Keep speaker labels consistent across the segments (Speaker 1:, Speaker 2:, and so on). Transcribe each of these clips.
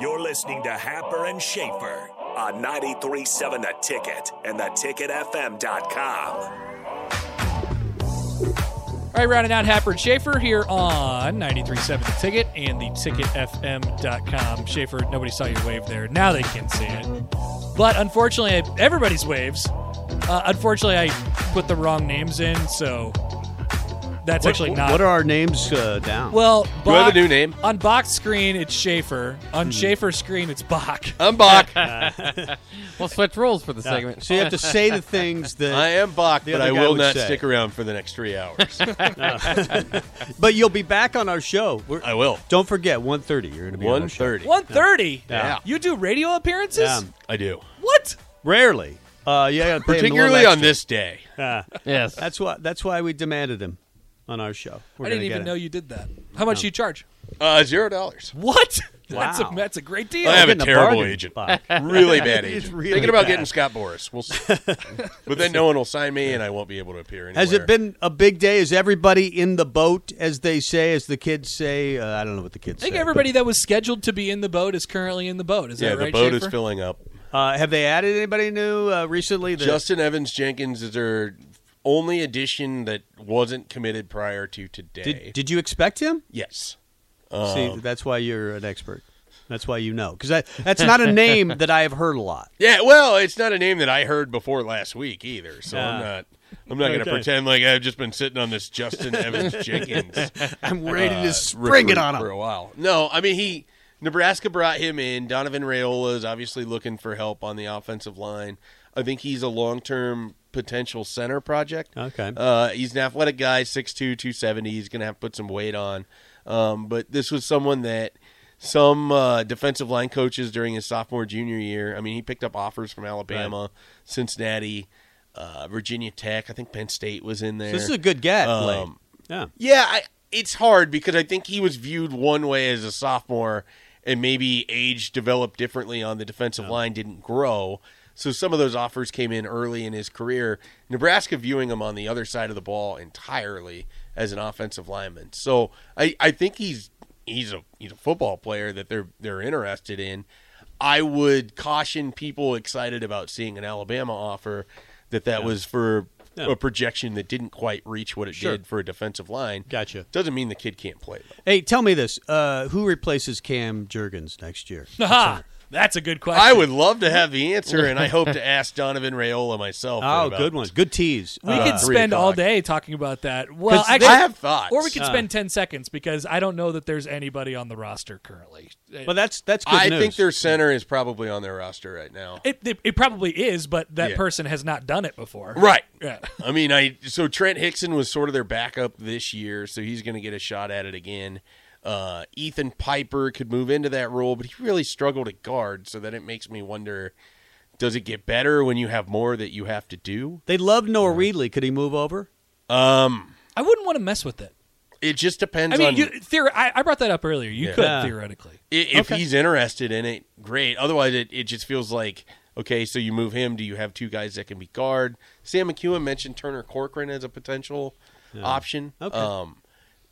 Speaker 1: You're listening to Happer and Schaefer on 937 The Ticket and theticketfm.com.
Speaker 2: All right, rounding out Happer and Schaefer here on 93.7 The Ticket and the ticketfm.com. Schaefer, nobody saw your wave there. Now they can see it. But unfortunately, I- everybody's waves. Uh, unfortunately, I put the wrong names in, so that's actually not.
Speaker 3: What are our names uh, down?
Speaker 2: well,
Speaker 4: Do I have a
Speaker 2: Bach-
Speaker 4: new name?
Speaker 2: On Bach's screen, it's Schaefer. On
Speaker 3: Hmm.
Speaker 2: Schaefer's screen, it's Bach.
Speaker 3: Uh,
Speaker 4: I'm Bach.
Speaker 5: We'll switch roles for the
Speaker 3: Yeah.
Speaker 5: segment.
Speaker 3: So you have to say the things that.
Speaker 4: I am Bach,
Speaker 3: The
Speaker 4: but
Speaker 3: other
Speaker 4: I
Speaker 3: guy
Speaker 4: will
Speaker 3: would
Speaker 4: not
Speaker 3: say.
Speaker 4: stick around for the next three hours.
Speaker 3: But you'll be back on our show. We're,
Speaker 2: Uh,
Speaker 4: I will.
Speaker 3: don't forget, 1.30. You're going to be on our show.
Speaker 4: 1.30.
Speaker 2: 130?
Speaker 3: Yeah.
Speaker 2: You do radio appearances?
Speaker 3: Yeah.
Speaker 4: I do.
Speaker 2: What?
Speaker 3: Rarely. Uh, yeah, gotta pay him a little
Speaker 4: Particularly on
Speaker 3: extra.
Speaker 4: this day.
Speaker 3: Yeah.
Speaker 5: yes.
Speaker 3: that's why. That's why we demanded him on our show. We're
Speaker 2: I didn't
Speaker 3: gonna get
Speaker 2: even
Speaker 3: him.
Speaker 2: know you did that. How much do you charge?
Speaker 4: Uh, Zero dollars.
Speaker 2: What? That's, a,
Speaker 3: Wow. Oh,
Speaker 2: that's a great
Speaker 4: I
Speaker 2: deal.
Speaker 4: have a
Speaker 3: getting a
Speaker 4: terrible
Speaker 3: bargain
Speaker 4: agent.
Speaker 3: buy.
Speaker 4: Really bad
Speaker 3: He's
Speaker 4: agent.
Speaker 3: really
Speaker 4: Thinking about
Speaker 3: bad.
Speaker 4: getting Scott Boris. We'll see. but then no one will sign me, and I won't be able to appear anywhere.
Speaker 3: Has it been a big day? Is everybody in the boat, as they say, as the kids say? Uh, I don't know what the kids
Speaker 2: I think
Speaker 3: say.
Speaker 2: everybody that was scheduled to be in the boat is currently in the boat. Is
Speaker 4: Yeah,
Speaker 2: that right?
Speaker 4: the boat is
Speaker 2: Schaefer?
Speaker 4: filling up.
Speaker 3: But, uh, have they added anybody new uh, recently? that-
Speaker 4: Justin Evans Jenkins is their only addition that wasn't committed prior to today.
Speaker 3: did, did you expect him?
Speaker 4: yes.
Speaker 3: See, that's why you're an expert. That's why you know, because that's not a name that I have heard a lot.
Speaker 4: Yeah, well, it's not a name that I heard before last week either, so I'm
Speaker 3: Ah.
Speaker 4: not. I'm not going to
Speaker 3: Okay.
Speaker 4: pretend like I've just been sitting on this Justin Evans Jenkins
Speaker 3: I'm ready
Speaker 4: uh,
Speaker 3: to spring
Speaker 4: recruit
Speaker 3: it on
Speaker 4: for a
Speaker 3: him.
Speaker 4: while. No, I mean he Nebraska brought him in. Donovan Rayola is obviously looking for help on the offensive line. I think he's a long-term potential center project.
Speaker 3: Okay.
Speaker 4: Uh, he's an athletic guy, 6'2", 270. He's going to have to put some weight on. Um, but this was someone that some uh, defensive line coaches during his sophomore, junior year. I mean, he picked up offers from Alabama, Cincinnati, uh, Virginia Tech. I think Penn State was in there.
Speaker 3: So this is a good get.
Speaker 4: Um,
Speaker 3: Blake. yeah,
Speaker 4: Yeah, I, it's hard because I think he was viewed one way as a sophomore, and maybe age developed differently on the defensive line didn't grow. So some of those offers came in early in his career. Nebraska viewing him on the other side of the ball entirely as an offensive lineman. So I, I think he's he's a he's a football player that they're they're interested in. I would caution people excited about seeing an Alabama offer that that was for
Speaker 3: Yeah.
Speaker 4: a projection that didn't quite reach what it
Speaker 3: Sure.
Speaker 4: did for a defensive line.
Speaker 3: gotcha.
Speaker 4: Doesn't mean the kid can't play. Though.
Speaker 3: Hey, tell me this: uh, who replaces Cam Jurgens next year?
Speaker 2: Aha! That's a good question.
Speaker 4: I would love to have the answer, and I hope to ask Donovan Rayola myself. at
Speaker 3: Oh,
Speaker 4: about-
Speaker 3: good one. Good tease.
Speaker 2: We
Speaker 3: Uh,
Speaker 2: could
Speaker 4: three
Speaker 2: spend all
Speaker 4: o'clock.
Speaker 2: day talking about that. Well,
Speaker 4: 'Cause they
Speaker 2: actually,
Speaker 4: have thoughts.
Speaker 2: Or we could spend ten seconds because I don't know that there's anybody on the roster currently.
Speaker 3: Well, that's that's good
Speaker 4: I
Speaker 3: news.
Speaker 4: think their center is probably on their roster right now.
Speaker 2: It, it, it probably is, but that
Speaker 4: Yeah.
Speaker 2: person has not done it before.
Speaker 4: Right.
Speaker 2: Yeah.
Speaker 4: I mean, I so Trent Hickson was sort of their backup this year, so he's going to get a shot at it again. Uh, Ethan Piper could move into that role, but he really struggled at guard, so then it makes me wonder: Does it get better when you have more that you have to do?
Speaker 3: they love Noah Reedley. Could he move over?
Speaker 4: Um,
Speaker 2: I wouldn't want to mess with it.
Speaker 4: it just depends.
Speaker 2: I mean,
Speaker 4: on,
Speaker 2: you, theori- I, I brought that up earlier. You
Speaker 4: Yeah.
Speaker 2: could
Speaker 3: Yeah.
Speaker 2: theoretically.
Speaker 4: I- if he's interested in it, great. Otherwise, it, it just feels like okay. So you move him. Do you have two guys that can be guard? Sam McEwen mentioned Turner Corcoran as a potential option.
Speaker 3: Okay.
Speaker 4: Um,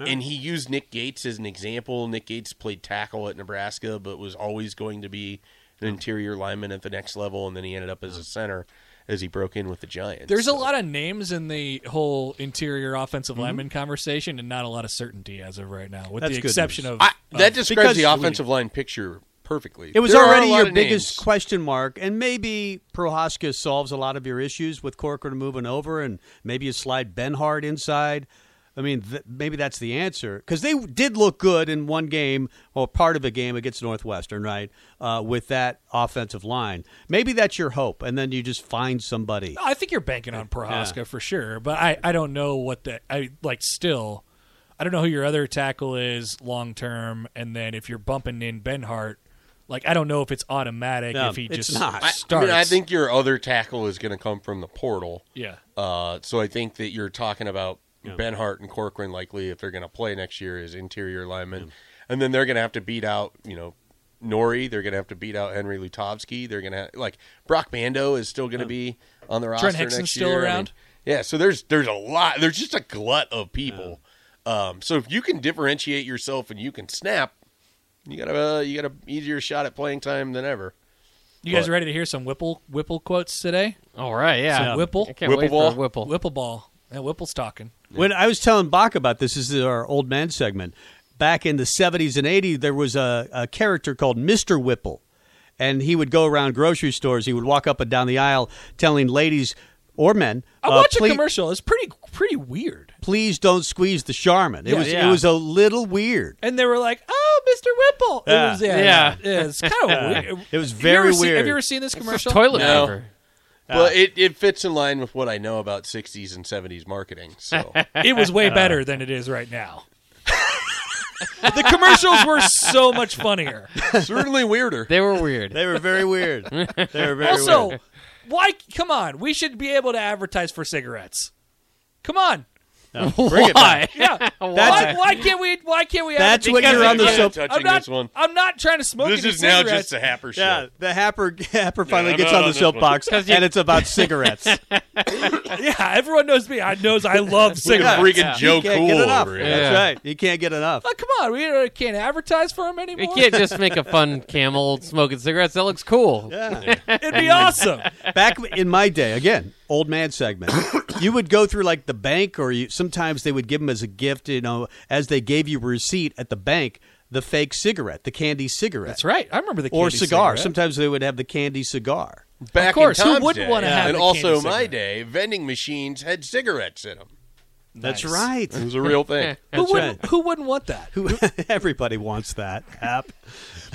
Speaker 4: And he used Nick Gates as an example. Nick Gates played tackle at Nebraska, but was always going to be an interior lineman at the next level, and then he ended up as a center as he broke in with the Giants.
Speaker 2: There's a lot of names in the whole interior offensive
Speaker 4: Mm-hmm.
Speaker 2: lineman conversation, and not a lot of certainty as of right now, with
Speaker 3: That's
Speaker 2: the
Speaker 3: good
Speaker 2: exception
Speaker 3: news.
Speaker 2: of
Speaker 4: I, that
Speaker 2: of-
Speaker 4: describes the
Speaker 3: because-
Speaker 4: offensive line picture perfectly.
Speaker 3: It was
Speaker 4: There are a
Speaker 3: already
Speaker 4: lot
Speaker 3: your
Speaker 4: of
Speaker 3: biggest
Speaker 4: names.
Speaker 3: question mark, and maybe Prohaska solves a lot of your issues with Corcoran moving over, and maybe you slide Benhard inside. I mean, th- maybe that's the answer because they did look good in one game or part of a game against Northwestern, right? Uh, with that offensive line, maybe that's your hope, and then you just find somebody.
Speaker 2: I think you're banking on Prohaska for sure, but I, I don't know what the I like still I don't know who your other tackle is long term and then if you're bumping in Ben Hart, like I don't know if it's automatic
Speaker 3: No,
Speaker 2: if he
Speaker 3: it's
Speaker 2: just
Speaker 3: not.
Speaker 4: I, I,
Speaker 2: starts.
Speaker 4: mean, I think your other tackle is going to come from the portal.
Speaker 2: yeah.
Speaker 4: Uh, so I think that you're talking about Ben Hart and Corcoran likely if they're going to play next year as interior linemen, and then they're going to have to beat out you know Nori. They're going to have to beat out Henry Lutovsky. They're going to like Brock Bando is still going to be on the roster
Speaker 2: Hickson's
Speaker 4: next
Speaker 2: still
Speaker 4: year. I mean,
Speaker 2: around?
Speaker 4: yeah, so there's there's a lot. There's just a glut of people. Um, so if you can differentiate yourself and you can snap, you got a uh, you got a easier shot at playing time than ever.
Speaker 2: You guys
Speaker 4: but-
Speaker 2: ready to hear some Whipple Whipple quotes today?
Speaker 5: All right, yeah.
Speaker 2: Some Whipple.
Speaker 5: I can't
Speaker 4: Whipple
Speaker 5: wait
Speaker 4: ball?
Speaker 5: for Whipple.
Speaker 2: Whipple ball. Yeah, Whipple's talking.
Speaker 3: When I was telling Bach about this, this is our old man segment. Back in the 70s and 80s, there was a, a character called Mr. Whipple, and he would go around grocery stores. He would walk up and down the aisle telling ladies or men,
Speaker 2: I
Speaker 3: uh,
Speaker 2: watched
Speaker 3: "Please-
Speaker 2: a commercial. It's pretty pretty weird.
Speaker 3: Please don't squeeze the Charmin. It
Speaker 2: Yeah,
Speaker 3: was
Speaker 5: yeah.
Speaker 3: it was a little weird.
Speaker 2: And they were like, "Oh, Mr. Whipple." It
Speaker 3: Yeah.
Speaker 2: was, yeah, yeah.
Speaker 5: Yeah.
Speaker 2: yeah, it's kind of weird.
Speaker 3: It was
Speaker 2: Have you
Speaker 3: very
Speaker 2: ever seen- have
Speaker 3: weird.
Speaker 2: you ever seen this commercial?
Speaker 5: Toilet
Speaker 4: No.
Speaker 5: paper.
Speaker 4: Well, it, it fits in line with what I know about 60s and 70s marketing. So
Speaker 2: it was way better than it is right now. the commercials were so much funnier.
Speaker 4: certainly weirder.
Speaker 5: They were weird.
Speaker 3: They were very weird. they were very weird.
Speaker 2: Also, why? Come on, we should be able to advertise for cigarettes. Come on,
Speaker 3: Bring it back.
Speaker 2: yeah. why,
Speaker 3: That's-
Speaker 2: why can't we? Why can't we?
Speaker 3: That's
Speaker 2: advertise-
Speaker 3: when
Speaker 2: Because
Speaker 3: you're on
Speaker 2: I'm
Speaker 3: the
Speaker 2: not-
Speaker 3: soap-
Speaker 4: Touching
Speaker 2: I'm not,
Speaker 4: this one.
Speaker 2: I'm not trying to smoke.
Speaker 4: This
Speaker 2: any
Speaker 4: is now
Speaker 2: cigarettes.
Speaker 4: just a happer show.
Speaker 3: Yeah, the Happer Happer finally
Speaker 4: I'm
Speaker 3: gets
Speaker 4: not
Speaker 3: on
Speaker 4: on
Speaker 3: the
Speaker 4: this one.
Speaker 3: soapbox,
Speaker 5: you-
Speaker 3: and it's about cigarettes.
Speaker 2: yeah. Everyone knows me. I knows I love
Speaker 4: Look
Speaker 2: cigarettes.
Speaker 4: at freaking Joe
Speaker 3: you can't
Speaker 4: Cool
Speaker 3: get enough.
Speaker 4: over here.
Speaker 3: That's
Speaker 5: Yeah.
Speaker 3: right. You can't get enough.
Speaker 2: Like, come on, we uh, can't advertise for them
Speaker 5: We
Speaker 2: anymore.
Speaker 5: can't just make a fun camel smoking cigarettes. That looks cool.
Speaker 3: Yeah.
Speaker 2: It'd be awesome.
Speaker 3: back in my day, again, old man segment, you would go through like the bank, or you, sometimes they would give them as a gift, you know, as they gave you a receipt at the bank, the fake cigarette, the candy cigarette.
Speaker 2: That's right. I remember the
Speaker 3: Or
Speaker 2: candy
Speaker 3: cigar.
Speaker 2: cigarette.
Speaker 3: Sometimes they would have the candy cigar.
Speaker 4: Back
Speaker 2: Of course,
Speaker 4: in
Speaker 2: who
Speaker 4: Tom's
Speaker 2: wouldn't
Speaker 4: day,
Speaker 2: wanna have
Speaker 4: and
Speaker 2: a
Speaker 4: also
Speaker 2: candy
Speaker 4: my
Speaker 2: cigarette?
Speaker 4: day, vending machines had cigarettes in them.
Speaker 3: That's
Speaker 2: Nice.
Speaker 3: right.
Speaker 4: It was a real thing.
Speaker 2: Who
Speaker 3: That's
Speaker 2: wouldn't,
Speaker 3: right.
Speaker 2: who wouldn't want that?
Speaker 3: Who, everybody wants that app.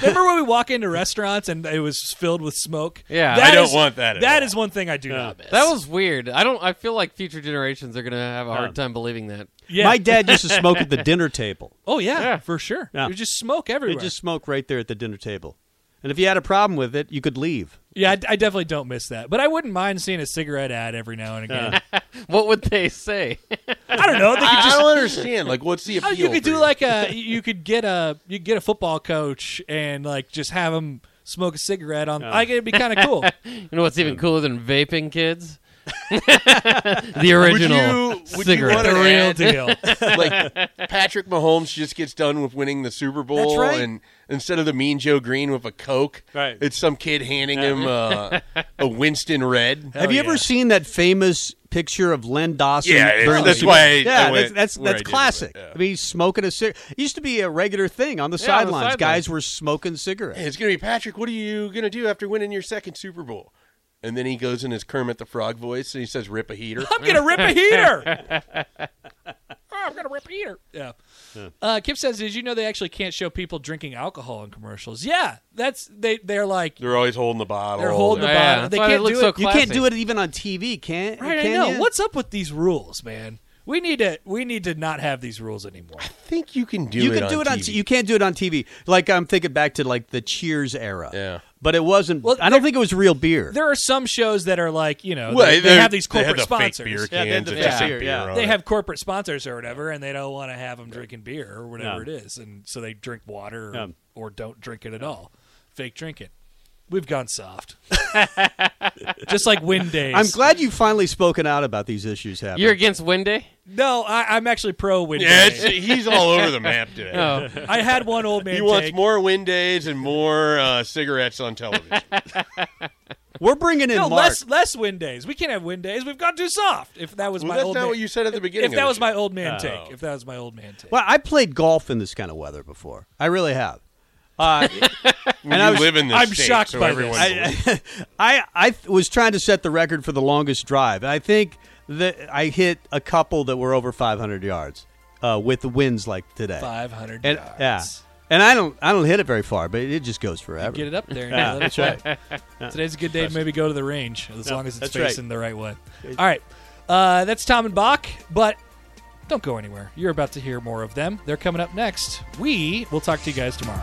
Speaker 2: Remember when we walk into restaurants and it was filled with smoke?
Speaker 5: Yeah.
Speaker 2: That
Speaker 4: I don't
Speaker 2: is-
Speaker 4: want that at
Speaker 2: That
Speaker 4: all.
Speaker 2: is one thing I do not miss.
Speaker 5: That was weird. I don't. I feel like future generations are gonna have a hard time believing that.
Speaker 2: yeah.
Speaker 3: My dad used to smoke at the dinner table.
Speaker 2: oh yeah, for sure.
Speaker 3: Yeah.
Speaker 2: There's just smoke everywhere.
Speaker 3: He'd just smoke right there at the dinner table. And if you had a problem with it, you could leave.
Speaker 2: yeah, I, I definitely don't miss that. But I wouldn't mind seeing a cigarette ad every now and again.
Speaker 5: What would they say?
Speaker 2: I don't know. They could
Speaker 4: I,
Speaker 2: just
Speaker 4: I don't understand. Like, what's the
Speaker 2: Oh,
Speaker 4: appeal?
Speaker 2: you could
Speaker 4: for
Speaker 2: do like a you could get a you could get a football coach and like just have him smoke a cigarette on. I think it'd be kind of cool.
Speaker 5: you know what's even cooler than vaping, kids? the original
Speaker 4: Would you- would you
Speaker 5: cigarette.
Speaker 4: want
Speaker 2: the
Speaker 4: an
Speaker 2: real
Speaker 4: ad?
Speaker 2: deal.
Speaker 4: like Patrick Mahomes just gets done with winning the Super Bowl,
Speaker 3: right.
Speaker 4: and instead of the Mean Joe Green with a Coke,
Speaker 3: Right.
Speaker 4: it's some kid handing him uh, a Winston Red.
Speaker 3: Have you
Speaker 2: yeah.
Speaker 3: ever seen that famous picture of Len Dawson?
Speaker 4: Yeah, it's-
Speaker 3: during the
Speaker 4: that's
Speaker 3: Super-
Speaker 4: why I- I
Speaker 3: yeah,
Speaker 4: went
Speaker 3: that's that's,
Speaker 4: where I
Speaker 3: that's
Speaker 4: did, but,
Speaker 3: classic.
Speaker 4: yeah.
Speaker 3: I mean, he's smoking a cigarette. Used to be a regular thing on the
Speaker 5: Yeah, on the
Speaker 3: sidelines.
Speaker 5: sidelines.
Speaker 3: Guys were smoking cigarettes.
Speaker 4: It's gonna be Patrick. What are you gonna do after winning your second Super Bowl? And then he goes in his Kermit the Frog voice and he says, "Rip a heater."
Speaker 2: I'm gonna rip a heater. Oh, I'm gonna rip a heater. Yeah. Uh, Kip says, "Did you know they actually can't show people drinking alcohol in commercials?" Yeah, that's they. They're like
Speaker 4: They're always holding the bottle.
Speaker 2: they're holding the
Speaker 5: Yeah,
Speaker 2: bottle.
Speaker 5: that's
Speaker 2: They
Speaker 5: why
Speaker 2: can't
Speaker 5: it looks
Speaker 2: do
Speaker 5: so
Speaker 2: it.
Speaker 5: cl-
Speaker 3: You can't do it
Speaker 5: classic.
Speaker 3: even on TV, can't?
Speaker 2: right, I
Speaker 3: can
Speaker 2: know.
Speaker 3: you?
Speaker 2: What's up with these rules, man? We need to we need to not have these rules anymore.
Speaker 4: I think you can do
Speaker 3: you
Speaker 4: it.
Speaker 3: can do it on
Speaker 4: TV.
Speaker 3: t- you can't do it on TV. Like I'm thinking back to like the Cheers era.
Speaker 4: Yeah.
Speaker 3: but it wasn't.
Speaker 2: Well,
Speaker 3: I don't think it was real beer.
Speaker 2: There are some shows that are like you know
Speaker 4: Well,
Speaker 2: they, they
Speaker 4: they're-
Speaker 2: have these
Speaker 4: they had
Speaker 2: corporate
Speaker 4: the fake
Speaker 2: sponsors.
Speaker 4: beer
Speaker 3: Yeah, they had
Speaker 4: cans
Speaker 3: the
Speaker 4: that
Speaker 3: fake
Speaker 4: just said
Speaker 3: beer,
Speaker 4: beer
Speaker 3: yeah.
Speaker 4: on
Speaker 2: they
Speaker 4: it.
Speaker 2: have corporate sponsors or whatever, and they don't want to have them drinking beer or whatever
Speaker 3: Yeah.
Speaker 2: it is, and so they drink water or,
Speaker 3: Yeah.
Speaker 2: or don't drink it at all, fake drink it. We've gone soft. Just like wind days.
Speaker 3: I'm glad you've finally spoken out about these issues, Happy.
Speaker 5: You're against wind day?
Speaker 2: No, I, I'm actually pro wind
Speaker 4: Yeah, it's,
Speaker 2: day.
Speaker 4: he's all over the map today.
Speaker 5: Oh.
Speaker 2: I had one old man.
Speaker 4: He wants
Speaker 2: take.
Speaker 4: more wind days and more uh, cigarettes on television.
Speaker 3: We're bringing in
Speaker 2: No,
Speaker 3: Mark.
Speaker 2: less less wind days. We can't have wind days. We've gone too soft. If that was
Speaker 4: Well,
Speaker 2: my
Speaker 4: that's
Speaker 2: old
Speaker 4: not
Speaker 2: man-
Speaker 4: what you said at the
Speaker 2: if-
Speaker 4: beginning
Speaker 2: If
Speaker 4: of
Speaker 2: that
Speaker 4: the
Speaker 2: was my
Speaker 4: show.
Speaker 2: old man
Speaker 4: Oh.
Speaker 2: take. If that was my old man take.
Speaker 3: Well, I played golf in this kind of weather before. I really have. Uh,
Speaker 4: and
Speaker 3: I
Speaker 4: I
Speaker 3: was-
Speaker 4: live in this
Speaker 2: I'm
Speaker 4: state,
Speaker 2: shocked
Speaker 4: so
Speaker 2: by
Speaker 4: everyone
Speaker 2: this.
Speaker 4: believes-
Speaker 3: I, I I th- was trying to set the record for the longest drive. I think that I hit a couple that were over 500 yards uh, with the winds like today.
Speaker 2: Five hundred
Speaker 3: And,
Speaker 2: yards.
Speaker 3: yeah, and I don't I don't hit it very far, but it just goes forever.
Speaker 2: Get it up there. And
Speaker 3: Yeah,
Speaker 2: let it
Speaker 3: that's
Speaker 2: play.
Speaker 3: right.
Speaker 2: Today's a good day to maybe go to the range as long as it's
Speaker 3: that's right.
Speaker 2: facing the right way. All right. Uh, that's Tom and Bach, but don't go anywhere. You're about to hear more of them. They're coming up next. We will talk to you guys tomorrow.